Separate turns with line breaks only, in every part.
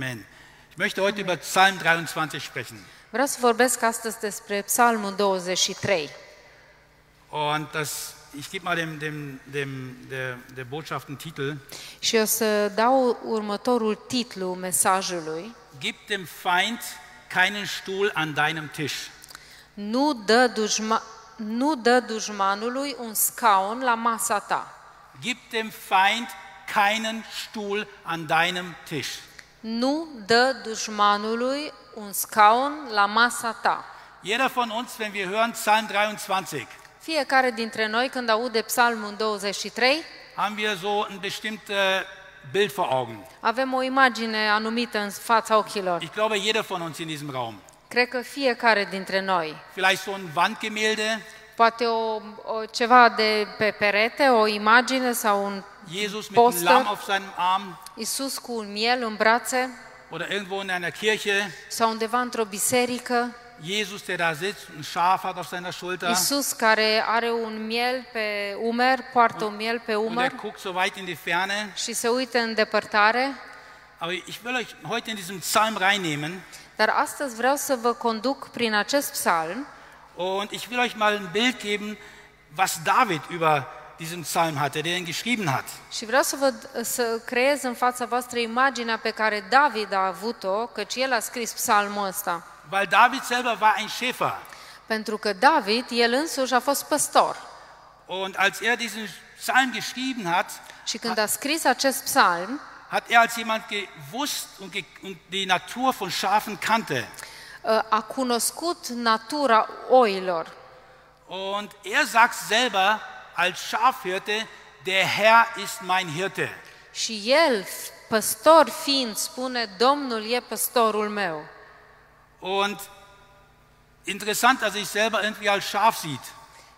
Amen. Ich möchte heute über Psalm 23 sprechen.
Vreau să vorbesc astăzi despre Psalmul 23.
Und das, ich gebe mal dem, dem, dem, der, der Botschaft einen Titel.
Și o să dau următorul titlu mesajului.
Gib dem Feind keinen Stuhl an deinem Tisch.
Nu dă, dușma, nu dă dușmanului un scaun la masa ta.
Gib dem Feind keinen Stuhl an deinem Tisch.
Nu dă dușmanului un scaun la masa ta.
Jeder von uns, wenn wir hören Psalm 23,
Fiecare dintre noi când aude Psalmul 23,
haben wir so ein bestimmtes Bild vor Augen.
avem o imagine anumită în fața ochilor.
Ich glaube, jeder von uns in diesem Raum.
Cred că fiecare dintre noi
Vielleicht so ein Wandgemälde.
Poate o, o, ceva de pe perete, o imagine sau un
Jesus mit einem Lamm
poster,
auf seinem Arm
Isus cu un miel în brațe
oder irgendwo in einer Kirche.
sau undeva într-o biserică,
Jesus, der da sitzt, ein Schaf hat auf seiner Schulter
Isus care are un miel pe umer, poartă un miel pe
und er
umăr
guckt so weit in die Ferne.
și se uită în depărtare,
Aber ich will euch heute in diesen Psalm reinnehmen
dar astăzi vreau să vă conduc prin acest psalm
und ich will euch mal ein Bild geben, was David über diesen Psalm hatte, der ihn geschrieben hat.
și vreau să vă să creez în fața voastră imaginea pe care David a avut-o, căci el a scris psalmul ăsta.
Weil David selber war ein Schäfer
Pentru că David, el însuși a fost păstor.
und als er diesen Psalm geschrieben hat,
Și când a scris acest psalm,
hat er als jemand gewusst und, ge und die Natur von Schafen kannte.
ă, a cunoscut natura oilor.
Und er sagt selber als Schafhirte, der Herr ist mein Hirte.
Și el, păstor fiind, spune, Domnul e păstorul meu.
Und interessant, dass er sich selber irgendwie als Schaf sieht,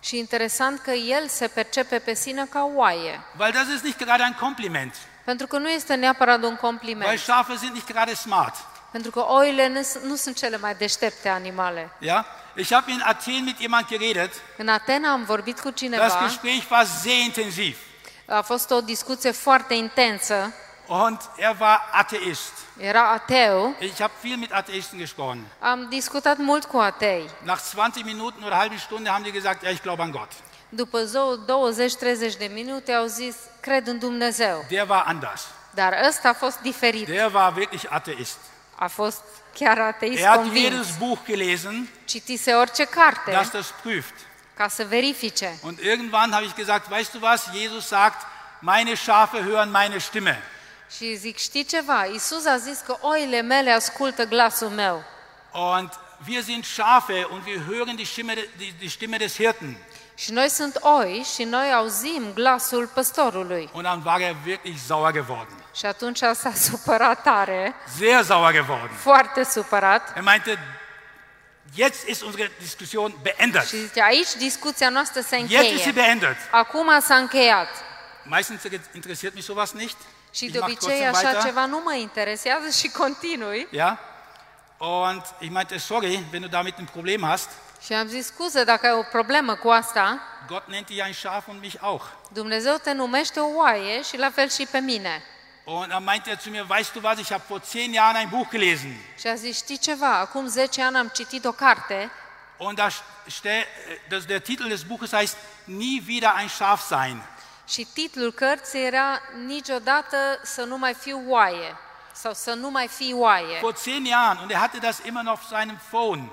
Și interesant că el se percepe pe sine ca oaie,
weil das ist nicht gerade ein Kompliment,
pentru că nu este neapărat un
weil
compliment,
Schafe sind nicht gerade smart.
pentru că oile nu s- nu sunt cele mai deștepte animale.
Ja? Ich habe in Athen mit jemand geredet.
În Atena am vorbit cu
Das
cineva,
Gespräch war sehr intensiv
a fost o discuție foarte intensă,
und er war Atheist.
era ateu,
Ich habe viel mit Atheisten gesprochen.
am discutat mult cu atei.
Nach 20 Minuten oder halben Stunde haben die gesagt, ja, ich glaube an Gott.
După zo- 20-30 de minute au zis, cred în Dumnezeu.
Der war anders.
Dar ăsta a fost diferit.
Der war wirklich Atheist.
A fost chiar ateist
Er hat
convins.
jedes Buch gelesen,
Citise orice carte
das das prüft.
ca să verifice.
Und irgendwann habe ich gesagt, weißt du was, Jesus sagt, meine Schafe hören meine Stimme.
Și zic, știi ceva? Isus a zis că oile mele ascultă glasul meu.
Und wir sind Schafe und wir hören die Stimme, die, die Stimme des Hirten.
Și noi sunt oi și noi auzim glasul păstorului.
Und dann war er wirklich sauer geworden.
Și atunci s-a supărat tare,
Sehr sauer geworden.
foarte supărat.
Er meinte, jetzt ist unsere Diskussion beendet.
Și zice, aici discuția noastră se
Jetzt ist sie
încheie.
beendet.
Acum s-a încheiat.
Meistens interessiert mich sowas nicht.
Și
Ich
de
mache
obicei
trotzdem
așa
weiter.
ceva nu mă interesează și continui.
Ja? Und ich meinte, sorry, wenn du damit ein Problem hast.
Și am zis, scuze, dacă ai o problemă cu asta,
Gott nennt dich ein Schaf und mich auch.
Dumnezeu te numește o oaie și la fel și pe mine.
Und dann meinte er zu mir, weißt du was, ich habe vor zehn Jahren ein Buch gelesen.
Și a zis, știi ceva, acum 10 ani am citit o carte
Und da ste- das, der Titel des Buches heißt, nie wieder ein Schaf sein.
și titlul cărții era Niciodată să nu mai fiu oaie sau să nu mai fii oaie.
Vor zehn Jahren und er hatte das immer noch auf seinem Phone.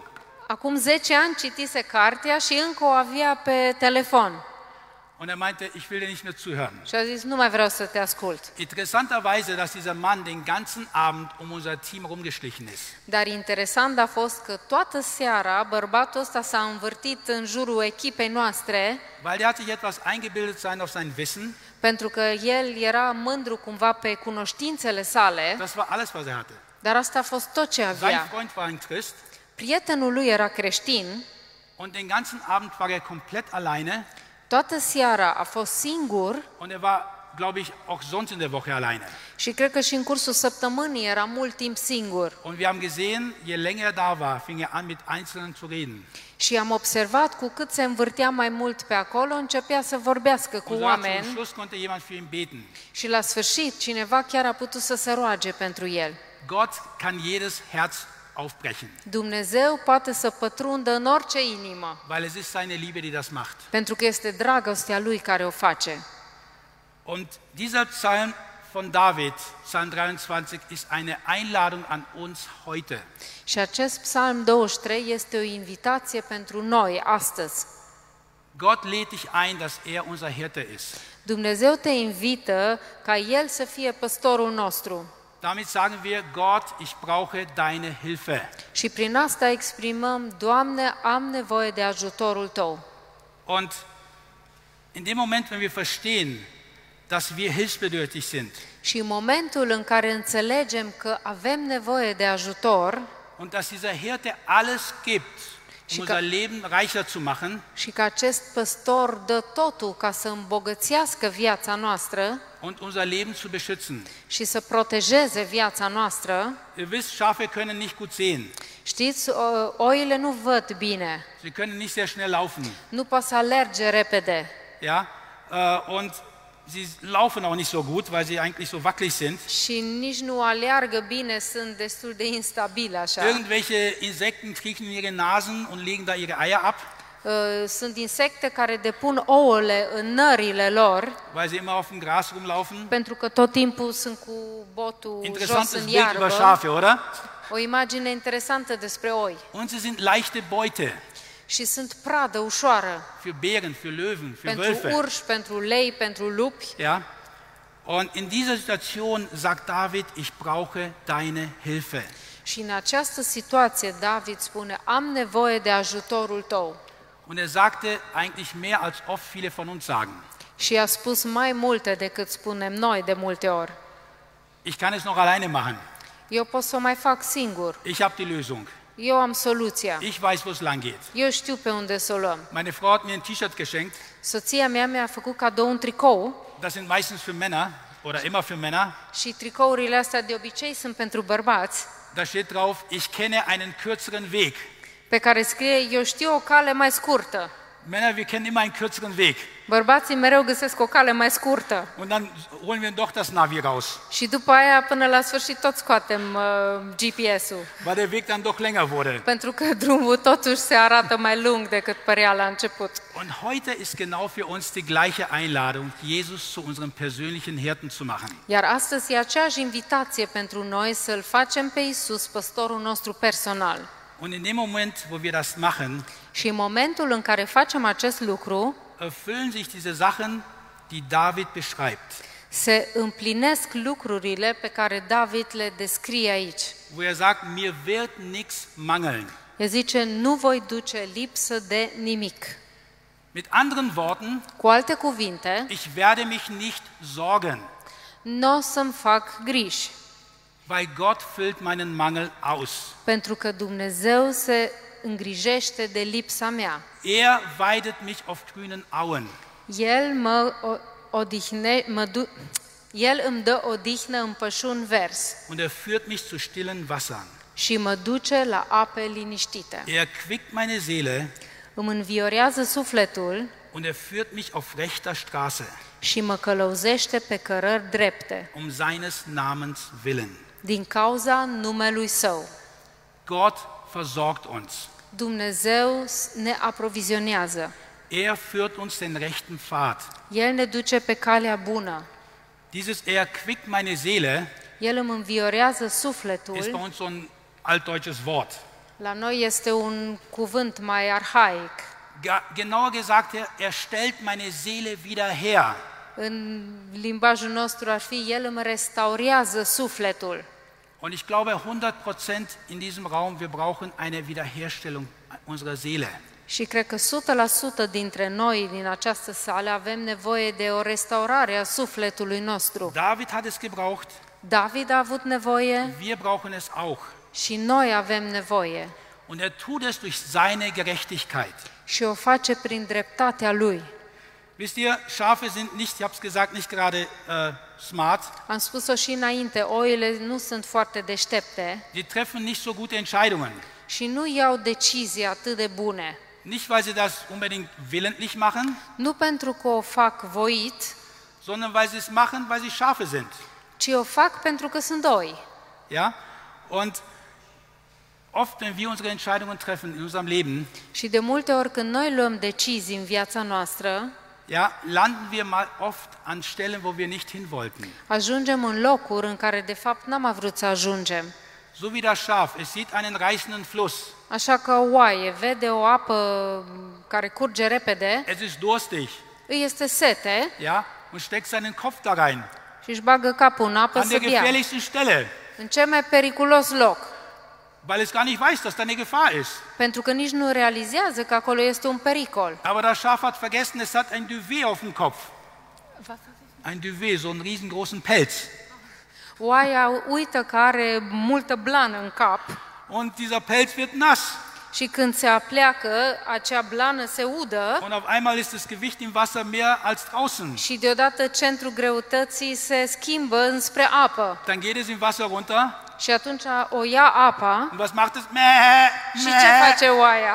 Acum 10 ani citise cartea și încă o avea pe telefon.
Und er meinte, ich will dir nicht mehr zuhören.
Și a zis, nu mai vreau să te ascult.
Interessanterweise, dass dieser Mann den ganzen Abend um unser Team rumgeschlichen ist.
Dar interesant a fost că toată seara bărbatul ăsta s-a învârtit în jurul echipei noastre
Weil der hat sich etwas eingebildet sein auf sein Wissen.
pentru că el era mândru cumva pe cunoștințele sale.
Das war alles, was er hatte.
Dar asta a fost tot ce
Sein
avea.
Freund war ein Christ
Prietenul lui era creștin,
und den ganzen Abend war er komplett alleine.
toată seara a fost singur
Und er war, glaube ich, auch sonst in der Woche alleine.
și cred că și în cursul săptămânii era mult timp singur.
Und wir haben gesehen, je länger er da war, fing er an, mit Einzelnen zu reden.
Și am observat cu cât se învârtea mai mult pe acolo, începea să vorbească cu
Und sogar zum
oameni
Schluss konnte jemand für ihn beten.
și la sfârșit cineva chiar a putut să se roage pentru el.
Gott kann jedes Herz aufbrechen,
Dumnezeu poate să pătrundă în orice inimă,
weil es ist seine Liebe, die das macht.
pentru că este dragostea lui care o face.
Und dieser Psalm von David, Psalm 23, ist eine Einladung an uns heute.
Și acest Psalm 23 este o invitație pentru noi astăzi.
Gott lädt dich ein, dass er unser Hirte ist.
Dumnezeu te invită ca El să fie păstorul nostru
Damit sagen wir, Gott, ich brauche deine Hilfe.
și prin asta exprimăm, Doamne, am nevoie de ajutorul Tău.
Und in dem Moment, wenn wir verstehen, dass wir hilfsbedürftig sind
Și în momentul în care înțelegem că avem nevoie de ajutor
und dass dieser Hirte alles gibt, um
Schicke-
unser Leben reicher zu machen,
și că acest păstor dă totul ca să îmbogățească viața noastră
und unser Leben zu beschützen.
și să protejeze viața noastră,
Ihr wisst, Schafe können nicht gut sehen.
știți, o- oile nu văd bine,
Sie können nicht sehr schnell laufen.
nu pot să alerge repede
Ja? Äh, Und sie laufen auch nicht so gut, weil sie eigentlich so wackelig sind.
și nici nu aleargă bine, sunt destul de instabile așa.
Irgendwelche Insekten kriechen in ihre Nasen und legen da ihre Eier ab,
Uh, Sunt insecte care depun ouăle în nările lor,
weil sie immer auf dem Gras rumlaufen.
pentru că tot timpul sunt cu botul jos
Interessantes
în
Bild über
iarbă.
Schafe, oder?
O imagine interesantă despre oi.
Und sie sind leichte Beute
Și sunt pradă ușoară
für Bären, für Löwen, für
pentru
Wölfe.
urși, pentru lei, pentru lupi.
Ja? Und in dieser Situation sagt David, ich brauche deine Hilfe.
Și în această situație David spune, am nevoie de ajutorul tău.
Und er sagte eigentlich mehr, als oft viele von uns sagen.
Și a spus mai multe decât spunem noi de multe ori.
Ich kann es noch alleine machen.
Eu pot să o mai fac singur.
Ich habe die Lösung.
Eu am soluția.
Ich weiß, wo es lang geht.
Eu știu pe unde să o luăm.
Meine Frau hat mir ein T-Shirt geschenkt.
Soția mea mi-a făcut cadou un tricou
Das sind meistens für Männer oder immer für Männer.
și tricourile astea de obicei sunt pentru bărbați,
Da steht drauf, ich kenne einen kürzeren Weg.
pe care scrie, eu știu o cale mai scurtă.
Männer, wir kennen immer einen kürzeren Weg.
Bărbații mereu găsesc o cale mai scurtă.
Und dann holen wir doch das Navi raus,
Și după aia, până la sfârșit, tot scoatem uh, GPS-ul,
weil der Weg dann doch länger wurde.
pentru că drumul totuși se arată mai lung decât părea la început.
Und heute ist genau für uns die gleiche Einladung, Jesus zu unserem persönlichen Hirten zu machen.
Iar astăzi e aceeași invitație pentru noi să-L facem pe Isus, păstorul nostru personal.
Und in dem Moment, wo wir das machen,
Și în momentul în care facem acest lucru,
erfüllen sich diese Sachen, die David beschreibt.
se împlinesc lucrurile pe care David le descrie aici.
wo er sagt, mir wird nichts mangeln.
El zice, nu voi duce lipsă de nimic.
Mit anderen Worten,
Cu alte cuvinte,
ich werde mich nicht sorgen,
nu o să-mi fac griji,
weil Gott füllt meinen Mangel aus.
pentru că Dumnezeu se îngrijește de lipsa mea.
Er weidet mich auf grünen Auen.
El mă, o- odihne, mă du- el îmi dă odihnă în pășun vers
Und er führt mich zu stillen Wassern.
și mă duce la ape liniștite.
Er quickt meine Seele
Îmi înviorează sufletul
und er führt mich auf rechter Straße,
și mă călăuzește pe cărări drepte,
um seines Namens willen.
din cauza numelui Său.
Gott versorgt uns.
Dumnezeu s- ne aprovizionează.
Er führt uns den rechten Pfad.
El ne duce pe calea bună.
Dieses Er quickt meine Seele
El îmi înviorează
ist bei
sufletul.
uns so ein altdeutsches Wort.
La noi este un cuvânt mai arhaic.
Ga- Genauer gesagt, er, er stellt meine Seele wieder her.
În limbajul nostru ar fi El îmi restaurează sufletul.
Und ich glaube 100 Prozent in diesem Raum, wir brauchen eine Wiederherstellung unserer Seele.
Și cred că 100% dintre noi din această sală avem nevoie de o restaurare a sufletului nostru.
David hat es gebraucht,
David a avut nevoie
wir brauchen es auch.
și noi avem nevoie.
Und er tut es durch seine Gerechtigkeit.
Și o face prin dreptatea Lui.
Wisst ihr, Schafe sind nicht, ich habe es gesagt, nicht gerade äh, smart.
Am spus-o și înainte, oile nu sunt foarte deștepte
Die treffen nicht so gute Entscheidungen.
și nu iau decizii atât de bune.
Nicht, weil sie das unbedingt willentlich machen,
Nu pentru că o fac voit,
sondern weil sie es machen, weil sie Schafe sind.
ci o fac pentru că sunt oi.
Ja? Und oft, wenn wir unsere Entscheidungen treffen in unserem Leben,
Și de multe ori când noi luăm decizii în viața noastră,
ja, landen wir mal oft an Stellen, wo wir nicht hin wollten.
ajungem în locuri în care de fapt n-am vrut să ajungem.
So wie das Schaf, es sieht einen reißenden Fluss,
Așa că o oaie vede o apă care curge repede,
es ist durstig,
îi este sete
ja, und steckt seinen Kopf da rein,
și își bagă capul în apă
an
să
der
bea.
gefährlichsten Stelle,
În cel mai periculos loc,
weil es gar nicht weiß, dass da eine Gefahr ist.
pentru că nici nu realizează că acolo este un pericol.
Aber das Schaf hat vergessen, es hat ein Duvet auf dem Kopf. Ein Duvet, so einen riesengroßen Pelz.
Oaia uită că are multă blană în cap
Und dieser Pelz wird nass.
și când se apleacă, acea blană se udă
Und auf einmal ist das Gewicht im Wasser mehr als draußen.
și deodată centrul greutății se schimbă înspre apă.
Dann geht es im Wasser runter.
Și atunci o ia apa
Und was macht es? Mäh,
și ce
mäh.
face oaia?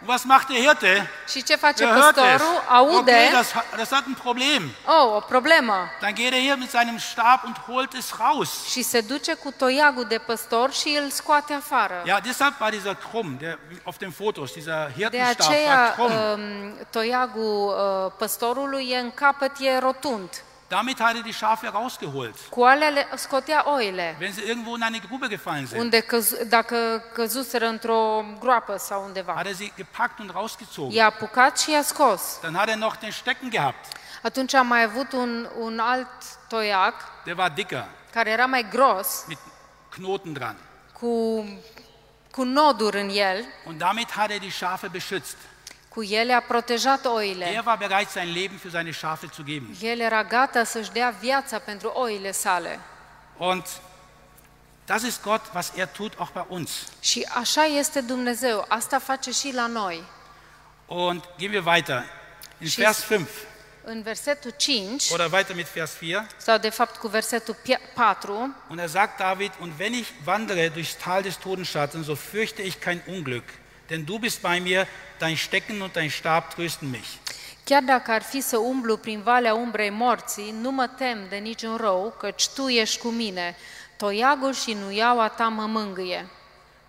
Und was macht der Hirte?
Și ce face
Er hört es.
păstorul? Aude,
Okay, das, ha- das hat ein Problem.
oh, o problemă.
Dann geht er hier mit seinem Stab und holt es raus.
Și se duce cu toiagul de păstor și îl scoate afară.
Ja, deshalb war dieser Krumm, der auf den Fotos, dieser
De
Hirtenstab war
aceea
krumm.
um, toiagul uh, păstorului e în capăt, e rotund.
Damit hat er die Schafe rausgeholt.
Cu alea le scotea oile.
Wenn sie irgendwo in eine Grube gefallen sind,
Unde căz, dacă căzuseră într-o groapă sau undeva.
hat er sie gepackt und rausgezogen.
I-a apucat și i-a scos.
Dann hat er noch den Stecken gehabt.
Atunci am mai avut un, un alt toiac
Der war dicker,
care era mai gros,
mit Knoten dran.
cu, cu noduri în el,
Und damit hat er die Schafe beschützt.
cu ele a protejat oile.
Er war bereit, sein Leben für seine Schafe zu geben.
El era gata să-și dea viața pentru oile sale.
Und das ist Gott, was er tut, auch bei uns.
Și așa este Dumnezeu, asta face și la noi.
Und gehen wir weiter. In
Schieß.
Vers 5
În versetul 5,
oder weiter mit Vers 4.
sau de fapt cu versetul pia- 4,
Und er sagt David, und wenn ich wandere durchs Tal des Todesschatten, so fürchte ich kein Unglück. Denn du bist bei mir, dein Stecken und dein Stab trösten mich.
chiar dacă ar fi să umblu prin valea umbrei morții, nu mă tem de niciun rău, căci tu ești cu mine. Toiagul și nuiaua ta mă mângâie.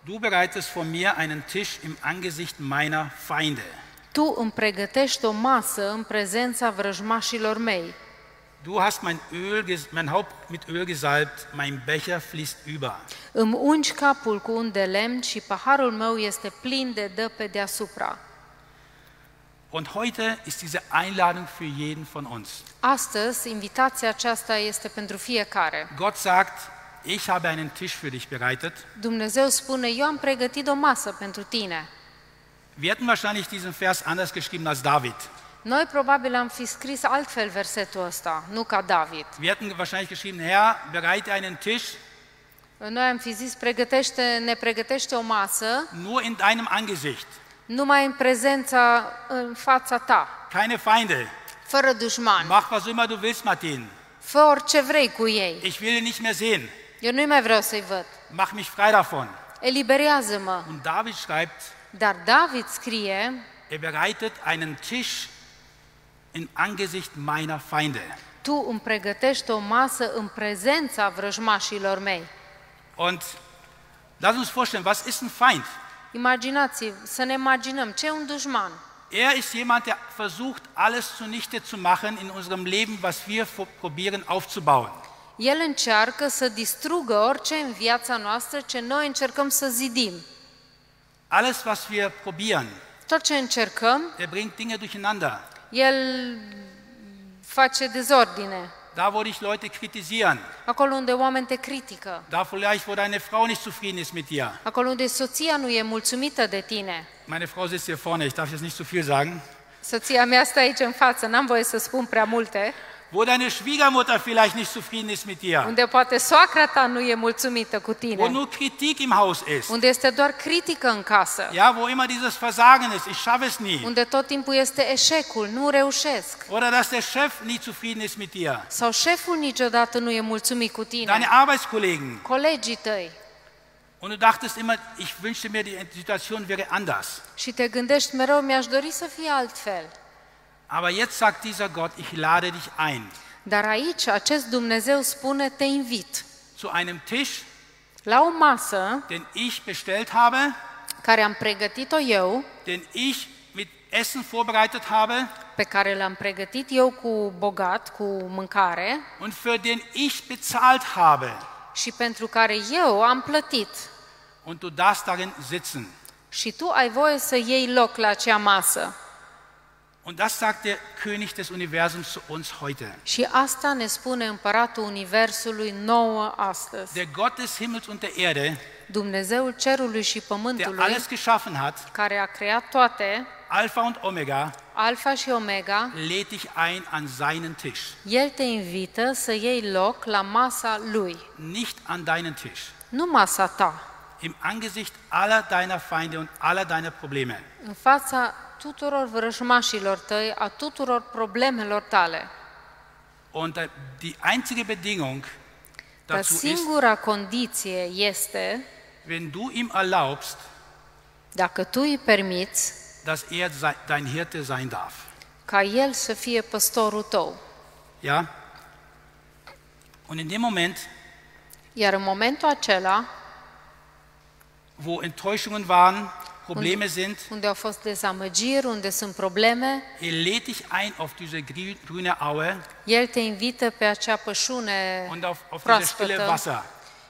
Du bereitest vor mir einen Tisch im Angesicht meiner Feinde.
Tu îmi pregătești o masă în prezența vrăjmașilor mei.
Du hast mein, Öl, ges- mein Haupt mit Öl gesalbt, mein Becher fließt über.
Îmi ungi capul cu un de lemn și paharul meu este plin de dă pe deasupra.
Und heute ist diese Einladung für jeden von uns.
Astăzi, invitația aceasta este pentru fiecare.
Gott sagt, ich habe einen Tisch für dich bereitet.
Dumnezeu spune, eu am pregătit o masă pentru tine.
Wir hätten wahrscheinlich diesen Vers anders geschrieben als David.
Noi probabil am fi scris altfel versetul ăsta, nu ca David.
Wir hätten wahrscheinlich geschrieben, Herr, bereite einen Tisch
Noi am fi zis, pregătește, ne pregătește o masă
nur in deinem Angesicht.
numai în prezența, în fața ta,
Keine Feinde.
fără dușman.
Mach, was immer du willst, Martin.
Fă orice vrei cu ei.
Ich will ihn nicht mehr sehen.
Eu nu-i mai vreau să-i văd.
Mach mich frei davon.
Eliberează-mă.
Und David schreibt,
Dar David scrie,
er bereitet einen Tisch im Angesicht meiner Feinde.
tu îmi pregătești o masă în prezența vrăjmașilor mei.
Und lass uns vorstellen, was ist ein Feind?
Imaginați, să ne imaginăm ce e un dușman.
Er ist jemand, der versucht, alles zunichte zu machen in unserem Leben, was wir vor- probieren aufzubauen.
El încearcă să distrugă orice în viața noastră ce noi încercăm să zidim.
Alles, was wir probieren,
Tot ce încercăm,
der bringt Dinge durcheinander.
el face dezordine.
Da, wo dich Leute kritisieren,
Acolo unde oameni te critică,
da vielleicht, wo deine Frau nicht zufrieden ist mit dir.
acolo unde soția nu e mulțumită de tine.
Meine Frau sitzt hier vorne, ich darf jetzt nicht zu viel sagen.
Soția mea stă aici în față, n-am voie să spun prea multe.
Wo deine Schwiegermutter vielleicht nicht zufrieden ist mit dir.
Unde poate soacra ta nu e mulțumită cu
Wo
tine.
nur Kritik im Haus ist.
Unde este doar critică în casă.
Ja, wo immer dieses Versagen ist, ich schaffe es nie.
Unde tot timpul este eșecul, nu reușesc.
Oder dass der Chef nie zufrieden ist mit dir.
Sau șeful niciodată nu e mulțumit cu tine.
Deine Arbeitskollegen.
Colegii tăi.
Und du dachtest immer, ich wünschte mir, die Situation wäre anders.
Și te gândești mereu, mi-aș dori să fie altfel.
Aber jetzt sagt dieser Gott, ich lade dich ein
Dar aici acest Dumnezeu spune, te invit
zu einem Tisch
La o masă
den ich bestellt habe,
care am pregătit-o eu,
den ich mit Essen vorbereitet habe
pe care l-am pregătit eu cu bogat, cu mâncare
und für den ich bezahlt habe.
și pentru care eu am plătit.
Und du darfst darin sitzen.
Și tu ai voie să iei loc la acea masă.
Und das sagt der König des Universums zu uns heute.
Și asta ne spune împăratul Universului nouă astăzi.
Der Gott des Himmels und der Erde,
Dumnezeul cerului și
der
pământului,
alles geschaffen hat,
care a creat toate,
Alpha und Omega,
Alfa și Omega,
lädt dich ein an seinen Tisch,
el te invită să iei loc la masa lui,
nicht an deinen Tisch.
nu masa ta,
Im Angesicht aller deiner Feinde und aller deiner Probleme.
în fața tuturor vrăjmașilor tăi, a tuturor problemelor tale.
Und äh, die einzige Bedingung
Dar
dazu ist,
singura condiție este,
wenn du ihm erlaubst,
dacă tu îi permiți,
dass er sei- dein Hirte sein darf.
ca el să fie păstorul tău.
Ja? Und in dem Moment,
Iar în momentul acela,
wo Enttäuschungen waren, Probleme sind,
unde au fost dezamăgiri, unde sunt probleme,
er lädt dich ein auf diese grü- grüne Aue
El te invită pe acea pășune
und auf, auf dieses stille
proaspătă
Wasser,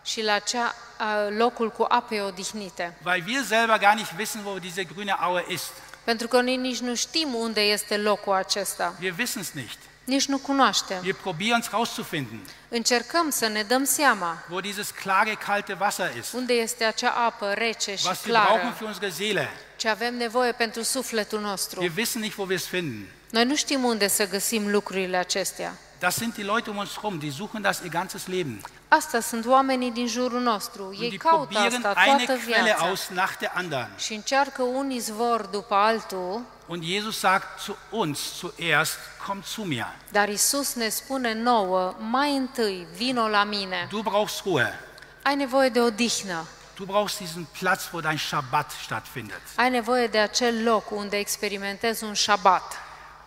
și la acea a, locul cu ape odihnite.
weil wir selber gar nicht wissen, wo diese grüne Aue ist.
Pentru că noi nici nu știm unde este locul acesta,
Wir wissen es nicht.
nici nu cunoaștem.
Wir probieren es rauszufinden,
Încercăm să ne dăm seama
wo dieses klare, kalte Wasser ist,
unde este acea apă rece și
was wir brauchen
clară,
für unsere Seele.
ce avem nevoie pentru sufletul nostru.
Wir wissen nicht, wo wir es finden.
Noi nu știm unde să găsim lucrurile acestea.
Das sind die Leute um uns herum, die suchen das ihr ganzes Leben.
Asta sunt oamenii din jurul nostru.
Und
Ei
die
caută
probieren
asta
eine
toată
Quelle
viața
aus nach der anderen.
și încearcă un izvor după altul
Und Jesus sagt zu uns zuerst, komm zu mir.
Dar Isus ne spune nouă, mai întâi, vino la mine.
Du brauchst Ruhe.
Ai nevoie de odihnă,
Du brauchst diesen Platz, wo dein Schabbat stattfindet,
ai nevoie de acel loc unde experimentezi un șabat,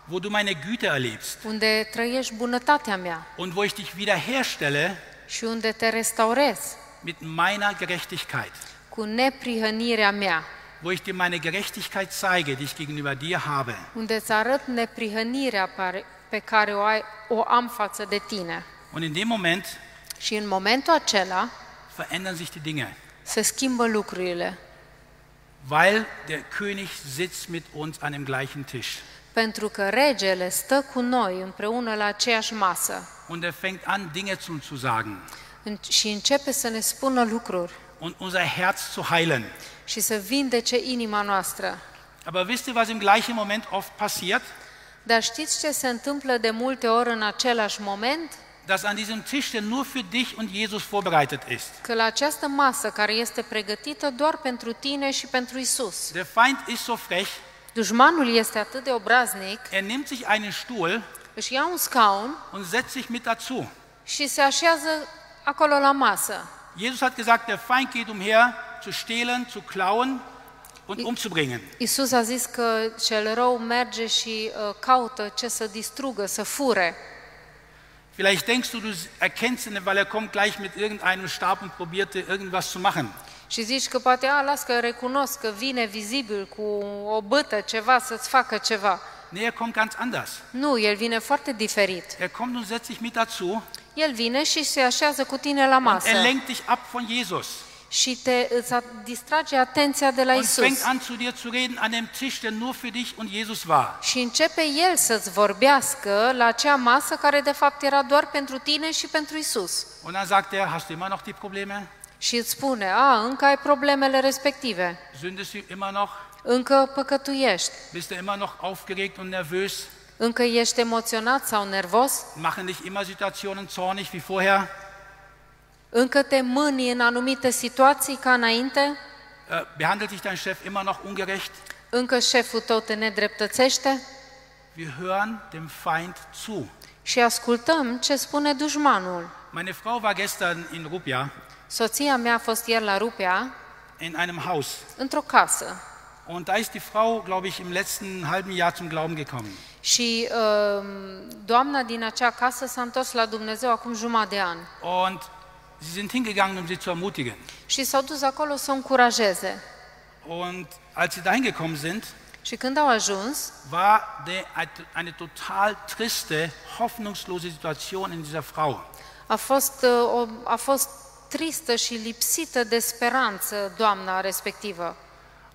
wo du meine Güte erlebst
unde trăiești bunătatea mea
und wo ich dich wiederherstelle
și unde te restaurez
mit meiner Gerechtigkeit,
cu neprihănirea mea,
wo ich dir meine Gerechtigkeit zeige, die ich gegenüber dir habe.
unde îți arăt neprihănirea pare- pe care o, ai, o am față de tine.
Und in dem Moment
Și în momentul acela
verändern sich die Dinge,
se schimbă lucrurile,
weil der König sitzt mit uns an dem gleichen Tisch.
pentru că regele stă cu noi împreună la aceeași masă
Und er fängt an, Dinge zu uns zu sagen
în- și începe să ne spună lucruri.
und unser Herz zu heilen.
și să vindece inima noastră.
Aber wisst ihr, was im gleichen Moment oft passiert?
Dar știți ce se întâmplă de multe ori în același moment?
Dass an diesem Tisch, der nur für dich und Jesus vorbereitet ist,
Că la această masă care este pregătită doar pentru tine și pentru Isus.
der Feind ist so frech,
Dușmanul este atât de obraznic,
er nimmt sich einen Stuhl
își ia un scaun
und setzt sich mit dazu.
și se așează acolo la masă.
Jesus hat gesagt, der Feind geht umher, zu stehlen, zu klauen und umzubringen.
Isus a zis că cel rău merge și uh, caută ce să distrugă, să fure.
Vielleicht denkst du, du erkennst ihn, weil er kommt gleich mit irgendeinem Stab und probiert dir irgendwas zu machen.
Și zici că poate, a, las că recunosc că vine vizibil cu o bâtă, ceva, să-ți facă ceva.
Nee, er kommt ganz anders.
Nu, el vine foarte diferit.
Er kommt und setzt sich mit dazu.
El vine și se așează cu tine la masă
Er lenkt dich ab von Jesus
și te îți a- distrage atenția de la
und fängt
Isus.
an zu dir zu reden an dem Tisch, der nur für dich und Jesus war.
Și începe el să-ți vorbească la acea masă care de fapt era doar pentru tine și pentru Isus.
Und dann sagt er, hast du immer noch die Probleme?
Și îți spune, a, încă ai problemele respective,
Sündest du immer noch?
încă păcătuiești,
Bist du immer noch aufgeregt und nervös?
încă ești emoționat sau nervos,
Machen dich immer Situationen zornig wie vorher?
încă te mâni în anumite situații ca înainte,
Äh, behandelt dich dein Chef immer noch ungerecht?
încă șeful tău te nedreptățește
Wir hören dem Feind zu.
și ascultăm ce spune dușmanul.
Meine Frau war gestern in Rupia
Soția mea a fost ieri la Rupea,
in einem Haus.
într-o casă.
Und da ist die Frau, glaube ich, im letzten halben Jahr zum Glauben gekommen.
Și um, uh, doamna din acea casă s-a întors la Dumnezeu acum jumătate de an.
Und sie sind hingegangen, um sie zu ermutigen.
Și s-au dus acolo să o încurajeze.
Und als sie dahin gekommen sind,
Și când au ajuns,
war de- eine total triste, hoffnungslose Situation in dieser Frau.
a fost, uh, o, a fost tristă și lipsită de speranță doamna respectivă.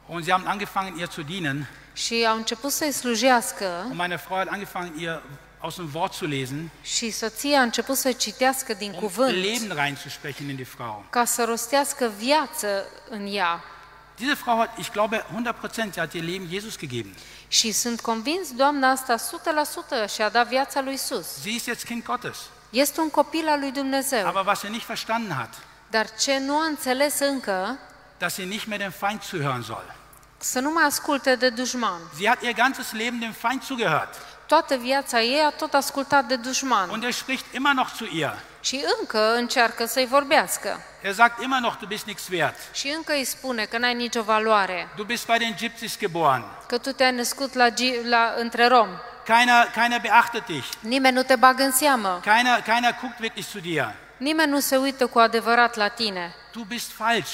Und sie haben angefangen, ihr zu dienen.
Și au început să-i slujească
Und meine Frau hat angefangen, ihr aus dem Wort zu lesen,
și soția a început să citească din
um
cuvânt
Leben reinzusprechen in die Frau.
ca să rostească viață în ea.
Diese Frau hat, ich glaube, 100 Prozent, sie hat ihr Leben Jesus gegeben.
Și sunt convins, doamna asta 100% și-a dat viața lui Isus.
Sie ist jetzt Kind Gottes.
Este un copil al lui Dumnezeu,
Aber was sie nicht verstanden hat,
dar ce nu a înțeles încă,
dass sie nicht mehr dem Feind zuhören soll.
să nu mai asculte de dușman.
Sie hat ihr ganzes Leben dem Feind zugehört.
Toată viața ei a tot ascultat de dușman
Und er spricht immer noch zu ihr.
și încă încearcă să-i vorbească.
Er sagt immer noch, du bist nichts wert.
Și încă îi spune că n-ai nicio valoare,
Du bist bei den Gypsies geboren.
că tu te-ai născut la, gi- la, între rom.
Keiner, keiner beachtet dich.
Nimeni nu te bagă în seamă,
Keiner, keiner guckt wirklich zu dir.
nimeni nu se uită cu adevărat la tine.
Du bist falsch.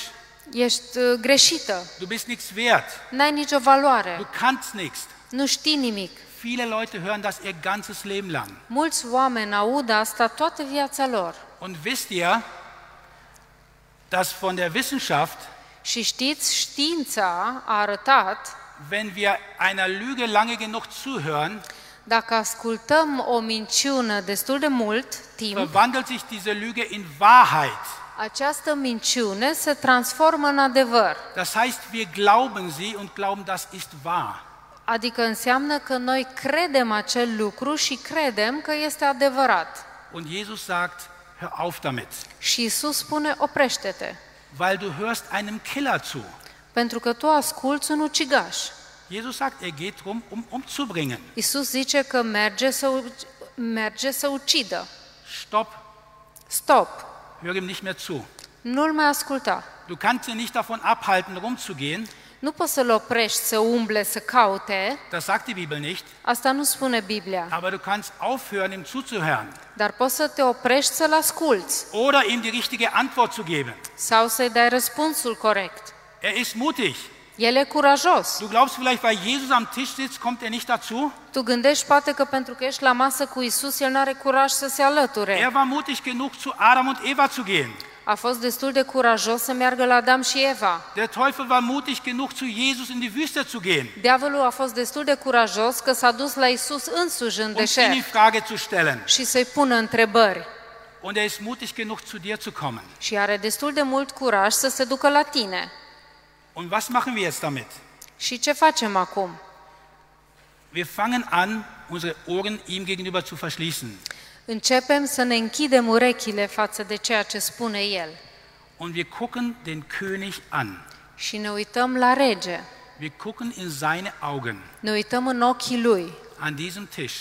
Ești uh, greșită,
Du bist nichts wert.
n-ai nicio
Du
valoare,
kannst nichts.
nu știi nimic.
Viele Leute hören das ihr ganzes Leben lang.
Mulți oameni aud asta toată viața lor.
Und wisst ihr, dass von der Wissenschaft,
Și știți, știința a arătat,
wenn wir einer Lüge lange genug zuhören,
dacă ascultăm o minciună destul de mult timp,
verwandelt sich diese Lüge in Wahrheit.
această minciune se transformă în adevăr.
Das heißt, wir glauben sie und glauben, das ist wahr.
Adică înseamnă că noi credem acel lucru și credem că este adevărat.
Und Jesus sagt, hör auf damit,
Și Isus spune, oprește-te,
weil du hörst einem Killer zu.
pentru că tu asculți un ucigaș.
Jesus sagt, er geht rum, um umzubringen.
Isus zice că merge să, uci- merge să ucidă.
Stopp,
Stop!
hör ihm nicht mehr zu.
Nu-l mai asculta.
Du kannst ihn nicht davon abhalten, rumzugehen.
Nu poți să-l oprești să umble, să caute,
Das sagt die Bibel nicht.
asta nu spune Biblia,
Aber du kannst aufhören, ihm zuzuhören
dar poți să te oprești să-l asculți
oder ihm die richtige Antwort zu geben.
sau să-i dai răspunsul corect.
Er ist mutig.
El e curajos.
Du glaubst vielleicht, weil Jesus am Tisch sitzt, kommt er nicht dazu?
Tu gândești poate că pentru că ești la masă cu Isus, el n-are curaj să se alăture.
Er war mutig genug, zu Adam und Eva zu gehen.
A fost destul de curajos să meargă la Adam și Eva.
Der Teufel war mutig genug, zu Jesus in die Wüste zu gehen
Diavolul a fost destul de curajos că s-a dus la Isus însuși în
und ihn in
deșert
Frage zu stellen.
și să-i pună întrebări.
Und er ist mutig genug, zu dir zu kommen.
Și are destul de mult curaj să se ducă la tine.
Und was machen wir jetzt damit?
Și ce facem acum?
Wir fangen an, unsere Ohren ihm gegenüber zu verschließen.
Începem să ne închidem urechile față de ceea ce spune el
Und wir gucken den König an.
și ne uităm la rege,
Wir gucken in seine Augen
ne uităm în ochii lui,
an diesem Tisch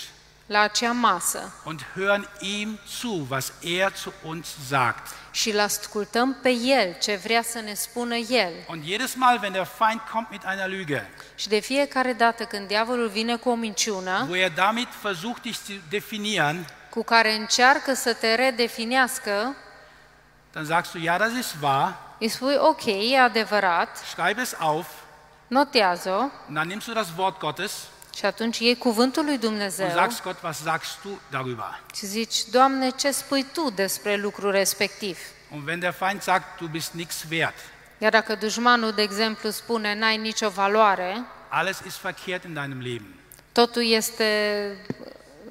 la acea masă
und hören ihm zu, was er zu uns sagt.
și îl ascultăm pe el ce vrea să ne spună el.
Und jedes Mal, wenn der Feind kommt mit einer Lüge,
Și de fiecare dată când diavolul vine cu o minciună
wo er damit versucht, dich zu definieren,
cu care încearcă să te redefinească,
dann sagst du, ja, das ist wahr,
îi spui ok, e adevărat,
schreibe es auf,
notează-o
und dann nimmst du das Wort Gottes
și atunci iei cuvântul lui
und
Dumnezeu
sagst Gott, was sagst du darüber?
și zici, Doamne, ce spui Tu despre lucrul respectiv?
Und wenn der Feind sagt, du bist nichts wert,
Iar dacă dușmanul, de exemplu, spune n-ai nicio valoare,
alles ist verkehrt in deinem Leben,
totul este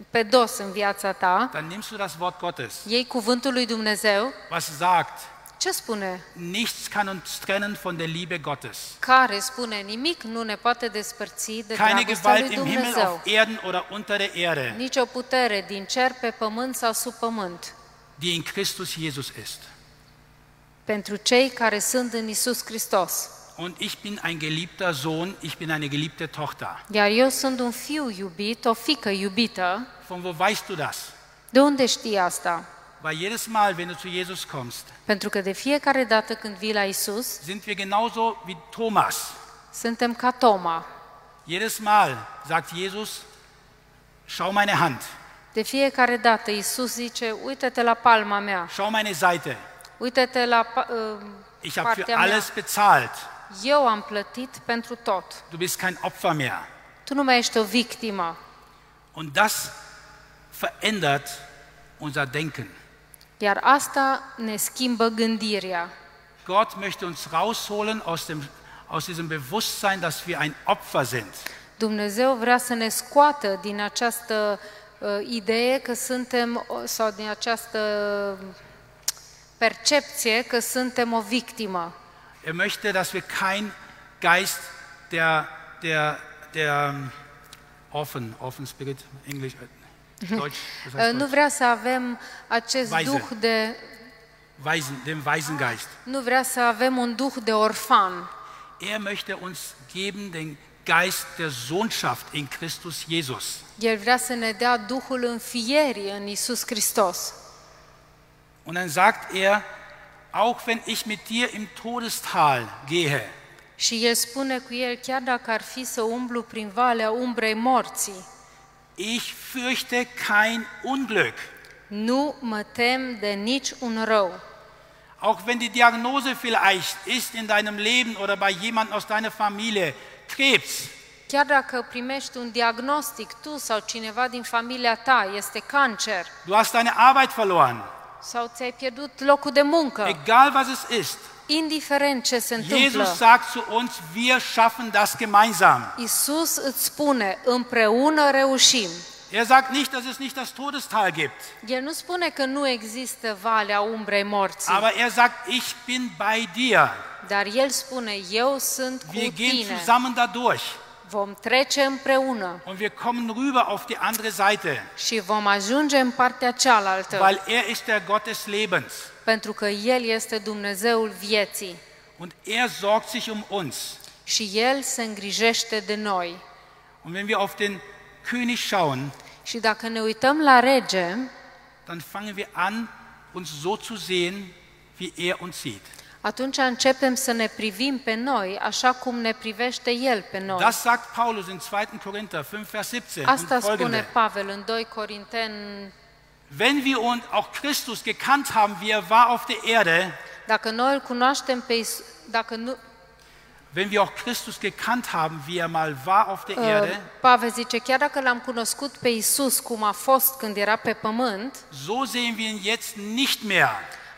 pe dos în viața ta,
dann nimmst du das Wort Gottes,
iei cuvântul lui Dumnezeu,
was sagt,
ce spune?
nichts kann uns trennen von der Liebe Gottes.
Care spune nimic nu ne poate despărți de
Keine
dragostea
Gewalt
lui
im Himmel,
Dumnezeu.
auf Erden oder unter der Erde,
Nici o putere din cer, pe pământ sau sub pământ.
die in Christus Jesus ist.
Pentru cei care sunt în Isus Hristos.
Und ich bin ein geliebter Sohn, ich bin eine geliebte Tochter.
Iar eu sunt un fiu iubit, o fică iubită.
Von wo weißt du das?
De unde știi asta?
Weil jedes Mal, wenn du zu Jesus kommst,
Pentru că de fiecare dată când vii la Isus,
sind wir genauso wie Thomas.
suntem ca Toma,
Jedes Mal sagt Jesus, schau meine Hand,
De fiecare dată Isus zice, uită-te la palma mea,
schau meine Seite,
Uită-te la pa- uh,
Ich habe für
partea mea.
alles bezahlt.
Eu am plătit pentru tot.
Du bist kein Opfer mehr.
Tu nu mai ești o victimă.
Und das verändert unser Denken.
Iar asta ne schimbă gândirea.
Gott möchte uns rausholen aus, dem, aus diesem Bewusstsein, dass wir ein Opfer sind.
Dumnezeu vrea să ne scoată din această uh, idee că suntem, o- sau din această percepție că suntem o victimă.
Er möchte, dass wir kein Geist der, der, der ähm, offen, offen Spirit, Englisch, äh, Deutsch, das
Uh,
heißt
Nu
Deutsch,
vrea să avem acest
Weise.
duh de.
Weisen, dem Waisengeist.
Nu vrea să avem un duh de orfan.
Er möchte uns geben den Geist der Sohnschaft in Christus Jesus.
El vrea să ne dea duhul înfierii în Isus Hristos.
Und dann sagt er, auch wenn ich mit dir im Todestal gehe,
Și el spune cu el, chiar dacă ar fi să umblu prin valea umbrei morții,
ich fürchte kein Unglück.
nu mă tem de nici un rău.
Auch wenn die Diagnose vielleicht ist in deinem Leben oder bei jemandem aus deiner Familie, Krebs,
Chiar dacă primești un diagnostic, tu sau cineva din familia ta este cancer
du hast deine Arbeit verloren,
sau ți-ai pierdut locul de muncă,
egal was es ist,
indiferent ce se întâmplă,
Jesus sagt zu uns, wir schaffen das gemeinsam.
Isus îți spune, împreună reușim.
Er sagt nicht, dass es nicht das Todestal gibt,
El nu spune că nu există valea umbrei morții,
aber er sagt, ich bin bei dir.
dar El spune, eu sunt cu
Wir gehen
tine,
zusammen dadurch
vom trece împreună.
und wir kommen rüber auf die andere Seite,
Și vom ajunge în partea cealaltă,
weil er ist der Gott des Lebens
pentru că El este Dumnezeul vieții
und er sorgt sich um uns.
și El se îngrijește de noi.
Und wenn wir auf den König schauen,
Și dacă ne uităm la rege,
dann fangen wir an, uns so zu sehen, wie er uns sieht.
atunci începem să ne privim pe noi așa cum ne privește El pe noi.
Das sagt Paulus in 2. Korinther 5, Vers 17
Asta
und
spune
folgende.
Pavel în 2 Corinteni,
Wenn wir uns auch Christus gekannt haben, wie er war auf der Erde,
dacă noi îl cunoaștem pe Isus, dacă nu,
wenn wir auch Christus gekannt haben, wie er mal war auf der
uh,
Erde,
Pavel zice, chiar dacă l-am cunoscut pe Isus cum a fost când era pe pământ,
so sehen wir ihn jetzt nicht mehr,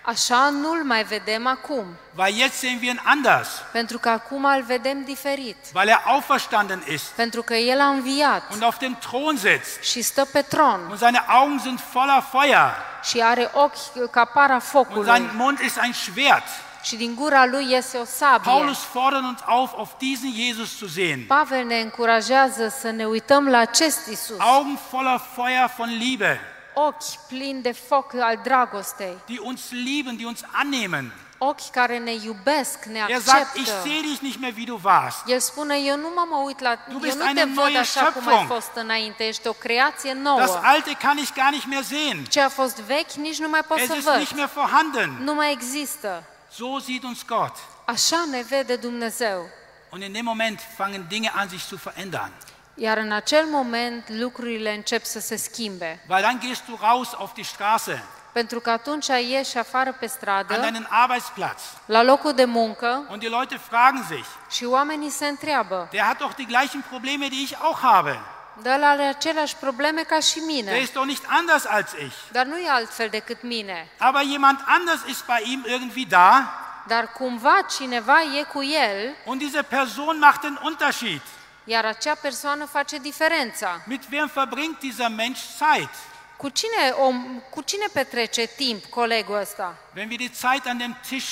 așa nu-l mai vedem acum,
weil jetzt sehen wir ihn anders,
pentru că acum îl vedem diferit.
weil er auferstanden ist
Pentru că El a înviat
und auf dem Thron sitzt
și stă pe tron
und seine Augen sind voller Feuer
și are ochi ca para
und
focului
sein Mund ist ein Schwert.
și din gura lui iese o sabie.
Paulus fordert uns auf, auf diesen Jesus zu sehen.
Pavel ne încurajează să ne uităm la acest Isus,
Augen voller Feuer von Liebe,
ochi plini de foc al dragostei,
die uns lieben, die uns annehmen.
ochi care ne iubesc, ne
Er sagt, ich
acceptă.
sehe dich nicht mehr, wie du warst.
El spune, eu nu mă mă uit la... Eu
bist
nu
eine
te văd
neue
așa cum ai
Schöpfung.
fost înainte, ești o creație
Das
nouă.
Alte kann ich gar nicht mehr sehen.
Ce a fost vechi, nici nu mai pot
Es
să
ist nicht
văd.
mehr vorhanden.
Nu mai există.
So sieht uns Gott.
Așa ne vede Dumnezeu.
Und in dem Moment fangen Dinge an, sich zu verändern.
Iar în acel moment lucrurile încep să se schimbe,
Weil dann gehst du raus auf die Straße,
pentru că atunci ieși afară pe
an
stradă,
deinen Arbeitsplatz.
la locul de muncă
Und die Leute fragen sich,
și oamenii se întreabă,
der hat doch die gleichen Probleme, die ich auch habe.
dar are aceleași probleme ca și
Der
mine,
ist doch nicht anders als ich.
dar nu e altfel decât mine,
Aber jemand anders ist bei ihm irgendwie da
dar cumva cineva e cu el,
und diese Person macht den Unterschied.
iar acea persoană face diferența.
Mit wem verbringt dieser Mensch Zeit?
Cu cine, om, cu cine petrece timp colegul ăsta?
Wenn wir die Zeit an dem Tisch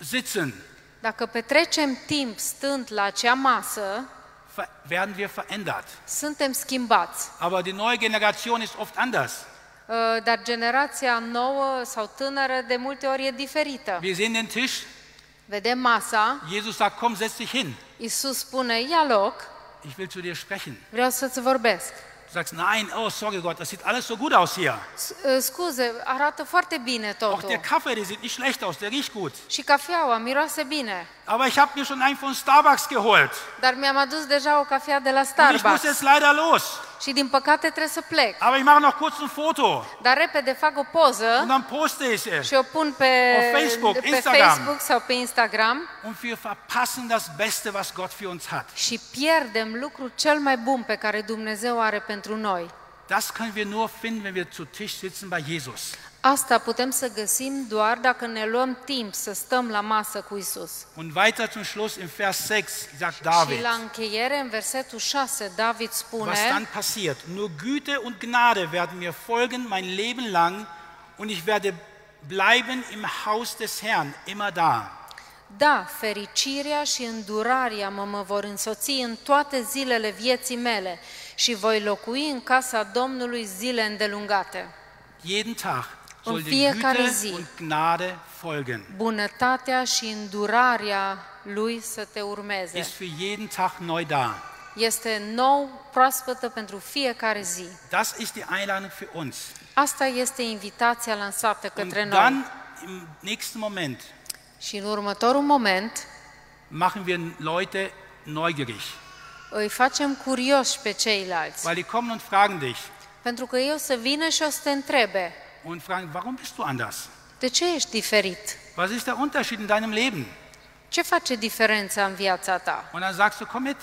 sitzen,
Dacă petrecem timp stând la acea masă,
ver- werden wir verändert.
suntem schimbați.
Aber die neue Generation ist oft anders.
Uh, Dar generația nouă sau tânără de multe ori e diferită.
Wir sehen den Tisch,
Vedem masa,
Jesus sagt, komm, setz dich hin,
Isus spune, ia loc,
ich will zu dir sprechen.
vreau să-ți vorbesc.
Du sagst, nein, oh, sorry Gott, das sieht alles so gut aus hier.
S- uh, Scuze, arată foarte bine
Auch der
totul.
Kaffee, der sieht nicht schlecht aus, der riecht gut.
Și cafeaua miroase bine,
Aber ich habe mir schon einen von Starbucks geholt.
dar mi-am adus deja o cafea de la
Und ich muss
Starbucks
jetzt leider los.
Și din păcate trebuie să plec.
Aber ich mache noch kurz ein Foto
Dar repede fac o poză
und dann poste ich es.
și o pun pe,
Pe Facebook,
pe
Instagram.
Facebook sau pe Instagram
Und wir verpassen das Beste, was Gott für uns hat.
și pierdem lucrul cel mai bun pe care Dumnezeu are pentru noi.
Das können wir nur finden, wenn wir zu Tisch sitzen bei Jesus.
Asta putem să găsim doar dacă ne luăm timp să stăm la masă cu Isus.
Und weiter zum Schluss im Vers 6 sagt
Și
David,
la încheiere, în versetul 6, David spune,
was dann passiert. Nur Güte und Gnade werden mir folgen mein Leben lang und ich werde bleiben im Haus des Herrn immer da.
Da, fericirea și îndurarea mă, mă vor însoți în toate zilele vieții mele și voi locui în casa Domnului zile îndelungate.
Jeden Tag soll
Und
dir
wir kann sie.
Güte und Gnade folgen.
Bunătatea și îndurarea lui să te urmeze.
Ist für jeden Tag neu da.
Este nou, proaspătă pentru fiecare zi.
Das ist die Einladung für uns.
Asta este invitația lansată
Und
către noi.
dann im nächsten Moment
Și în următorul moment
machen wir Leute neugierig,
îi facem curioși pe ceilalți.
weil die kommen und fragen dich
Pentru că eu să vină și o să te întrebe,
und fragen, warum bist du anders?
de ce ești diferit?
Was ist der Unterschied in deinem Leben?
Ce face diferența în viața ta?
Und dann sagst du, komm mit,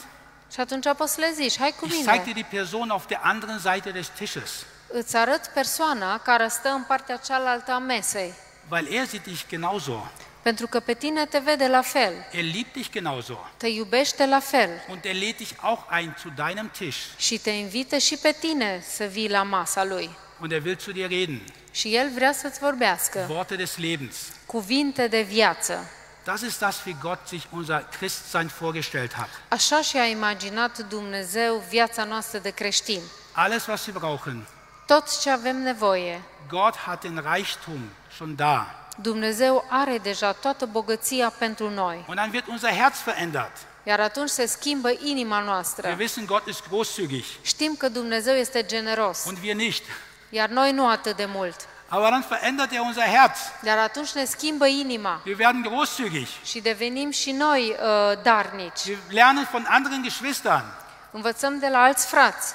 Și atunci poți să le zici, hai cu
Ich zeige
mine,
dir die Person auf der anderen Seite des Tisches,
îți arăt persoana care stă în partea cealaltă a mesei,
weil er sieht dich genauso.
pentru că pe tine te vede la fel,
Er liebt dich genauso.
te iubește la fel
Und er lädt dich auch ein zu deinem Tisch.
și te invită și pe tine să vii la masa lui.
Und er will zu dir reden.
Și el vrea să-ți vorbească
Worte des Lebens.
cuvinte de viață.
Das ist das, wie Gott sich unser Christsein vorgestellt hat.
Așa și-a imaginat Dumnezeu viața noastră de creștin.
Alles, was wir brauchen.
Tot ce avem nevoie,
Gott hat den Reichtum schon da.
Dumnezeu are deja toată bogăția pentru noi,
Und dann wird unser Herz verändert.
iar atunci se schimbă inima
Wir
noastră.
wissen, Gott ist großzügig
Știm că Dumnezeu este generos,
und wir nicht.
iar noi nu atât de mult.
Aber dann verändert er unser Herz.
Dar atunci ne schimbă inima
Wir werden großzügig.
și devenim și noi uh, darnici.
Wir lernen von anderen Geschwistern,
Învățăm de la alți frați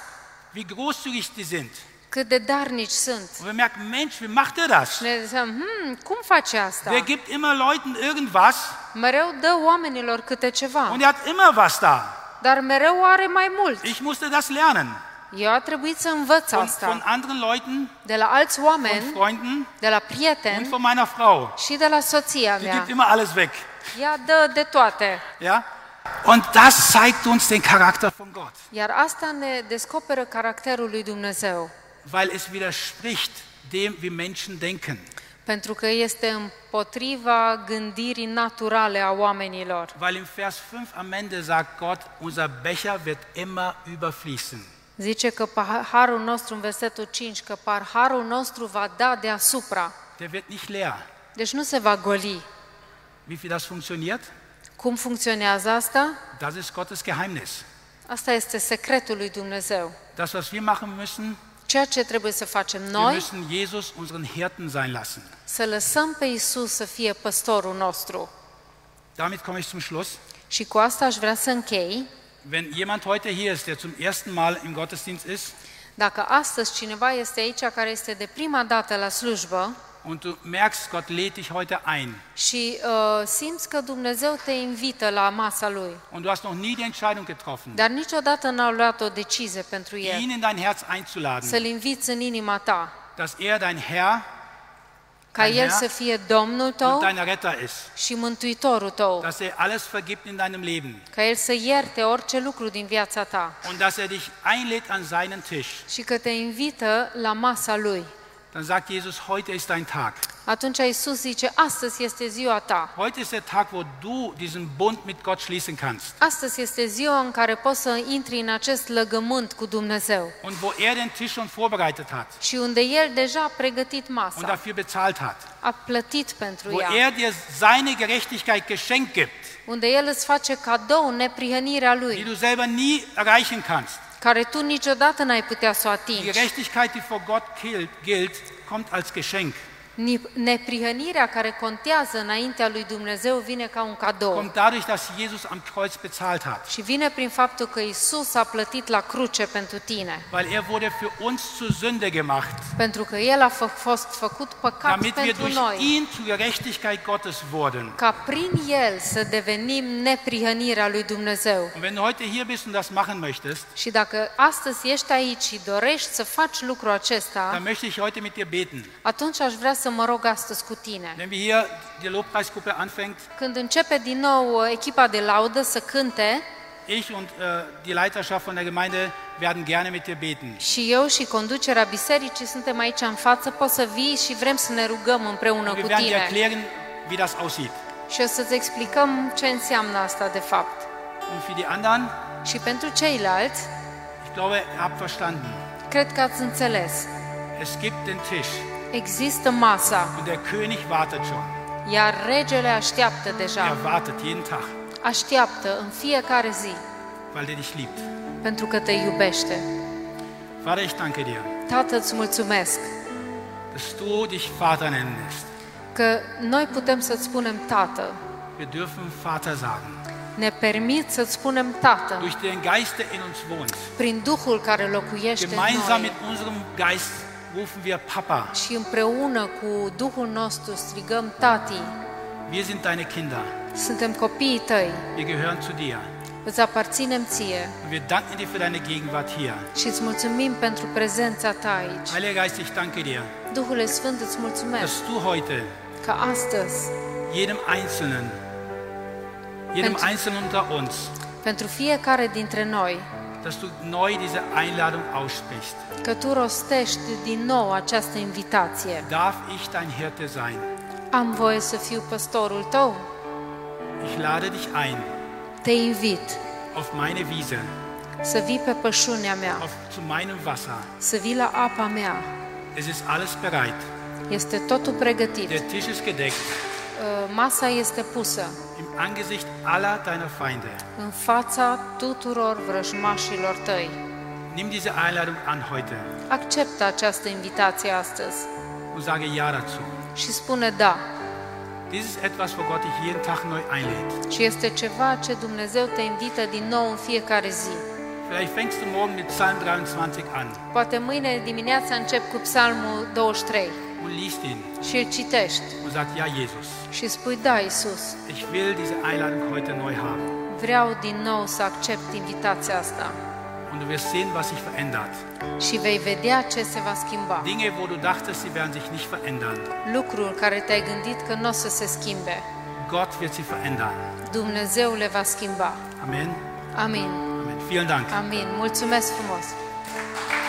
wie großzügig die sind.
cât de darnici sunt.
Und wir merken, Mensch, wie macht er das?
Ne zicem, hmm, cum face asta?
Der gibt immer Leuten irgendwas
Mereu dă oamenilor câte ceva,
und er hat immer was da.
dar mereu are mai mult.
Ich musste das lernen.
Eu a trebuit să învăț
Von, von
asta
anderen Leuten,
de la alți
von
oameni,
Freunden
de la
und
prieteni
von meiner Frau.
și de la soția
Die gibt
mea.
immer alles weg.
Ea dă de toate.
Ja? Und das zeigt uns den Charakter von Gott,
Iar asta ne descoperă caracterul lui Dumnezeu.
weil es widerspricht dem, wie Menschen denken,
Pentru că este împotriva gândirii naturale a oamenilor.
weil im Vers 5 am Ende sagt Gott, unser Becher wird immer überfließen.
Zice că paharul nostru, în versetul 5, că paharul nostru va da deasupra.
Der wird nicht leer.
Deci nu se va goli.
Wie viel das funktioniert,
Cum funcționează asta?
das ist Gottes Geheimnis.
Asta este secretul lui Dumnezeu.
Das, was wir machen müssen,
Ceea ce trebuie să facem
Wir
noi,
müssen Jesus unseren Hirten sein lassen.
să lăsăm pe Isus să fie păstorul nostru.
Damit komme ich zum Schluss.
Și cu asta aș vrea să închei.
Wenn jemand heute hier ist, der zum ersten Mal im Gottesdienst ist
Dacă astăzi cineva este aici care este de prima dată la slujbă
und du merkst, Gott lädt dich heute ein
și uh, simți că Dumnezeu te invită la masa Lui,
und du hast noch nie die Entscheidung getroffen,
dar niciodată n-au luat o decizie pentru El,
ihn in dein Herz einzuladen,
să-L inviți în inima ta,
dass er dein Herr
ca
Amin.
El să fie Domnul
und
tău
dein Retter ist,
și Mântuitorul tău,
dass er alles vergibt in deinem Leben
ca El să ierte orice lucru din viața ta
und dass er dich einlädt an seinen Tisch.
și că te invită la masa Lui.
Dann sagt Jesus, heute ist dein Tag.
Atunci Isus zice, astăzi este ziua ta.
Heute ist der Tag, wo du diesen Bund mit Gott schließen kannst
Astăzi este ziua în care poți să intri în acest legământ cu Dumnezeu
und wo er den Tisch schon vorbereitet hat
și unde El deja a pregătit
und
masa,
dafür bezahlt hat.
a plătit pentru
wo
ea,
er dir seine Gerechtigkeit geschenkt gibt,
unde El îți face cadou neprihănirea
die
Lui,
du selber nie erreichen kannst.
care tu niciodată n-ai putea să o
Die
atingi.
Gerechtigkeit, die vor Gott gilt, gilt kommt als Geschenk.
Ni- Neprihănirea care contează înaintea lui Dumnezeu vine ca un cadou
kommt dadurch, dass Jesus am Kreuz bezahlt hat.
și vine prin faptul că Isus a plătit la cruce pentru tine,
Weil er wurde für uns zur Sünde gemacht,
pentru că El a fă- fost făcut păcat
damit wir
pentru
durch
noi,
ihn zur Gerechtigkeit Gottes wurden.
ca prin El să devenim neprihănirea lui Dumnezeu.
Und wenn du heute hier bist und das machen möchtest,
Și dacă astăzi ești aici și dorești să faci lucrul acesta,
dann möchte ich heute mit dir beten.
atunci aș vrea să mă rog astăzi cu tine.
Wenn wir hier die Lobpreisgruppe anfängt,
Când începe din nou uh, echipa de laudă să cânte,
ich und äh, die Leiterschaft von der Gemeinde werden gerne mit dir beten.
Și eu și conducerea bisericii suntem aici în față, poți să vii și vrem să ne rugăm împreună
Und
cu
wir werden dir
tine.
erklären, wie das aussieht.
Și o să-ți explicăm ce înseamnă asta de fapt.
Und für die anderen,
Și pentru ceilalți,
ich glaube, ihr habt verstanden.
cred că ați înțeles.
Es gibt den Tisch
Există masa,
und der König wartet schon.
iar regele așteaptă deja.
Er wartet jeden Tag,
Așteaptă în fiecare zi,
weil er dich liebt.
pentru că te iubește.
Vater, ich danke dir,
Tată, îți mulțumesc
dass du dich Vater nennen lässt.
că noi putem să-ți spunem Tată.
Wir dürfen Vater sagen.
Ne permit să-ți spunem Tată
Durch den Geist, der in uns wohnt,
prin Duhul care locuiește în
gemeinsam
noi.
mit unserem Geist rufen wir Papa.
Și împreună cu Duhul nostru strigăm, Tati,
Wir sind deine Kinder.
suntem copiii tăi,
Wir gehören zu dir.
îți aparținem ție
Und wir danken dir für deine Gegenwart hier.
și îți mulțumim pentru prezența ta aici.
Heiliger Geist, ich danke dir,
Duhule Sfânt, îți mulțumesc
dass du heute
că astăzi,
jedem Einzelnen, jedem
Mensch.
Einzelnen unter uns,
pentru fiecare dintre noi,
dass du neu diese Einladung aussprichst.
că Tu rostești din nou această invitație.
Darf ich dein Hirte sein?
Am voie să fiu păstorul tău?
Ich lade dich ein
Te invit
auf meine Wiese,
să vii pe pășunea mea,
auf, zu meinem Wasser.
să vii la apa mea.
Es ist alles bereit.
Este totul pregătit,
Der Tisch ist gedeckt
Uh, masa este pusă.
im Angesicht aller deiner Feinde.
în fața tuturor vrăjmașilor tăi.
Nimm diese Einladung an heute
Acceptă această invitație astăzi
und sage Ja dazu.
și spune da.
Dies ist etwas, wo Gott dich jeden Tag neu einlädt.
Și este ceva ce Dumnezeu te invită din nou în fiecare zi.
Vielleicht fängst du morgen mit Psalm 23 an
Poate mâine dimineața încep cu Psalmul 23
und liest ihn
și îl citești
und sagst, ja Jesus,
și spui, da, Iisus,
ich will diese Einladung heute neu haben.
vreau din nou să accept invitația asta
Und du wirst sehen, was sich verändert.
și vei vedea ce se va schimba.
Dinge, wo du dachtest, sie werden sich nicht verändern.
Lucruri care te-ai gândit că nu o să se schimbe,
Gott wird sie verändern.
Dumnezeu le va schimba.
Amen.
Amin.
Amen. Vielen Dank.
Amin. Mulțumesc frumos!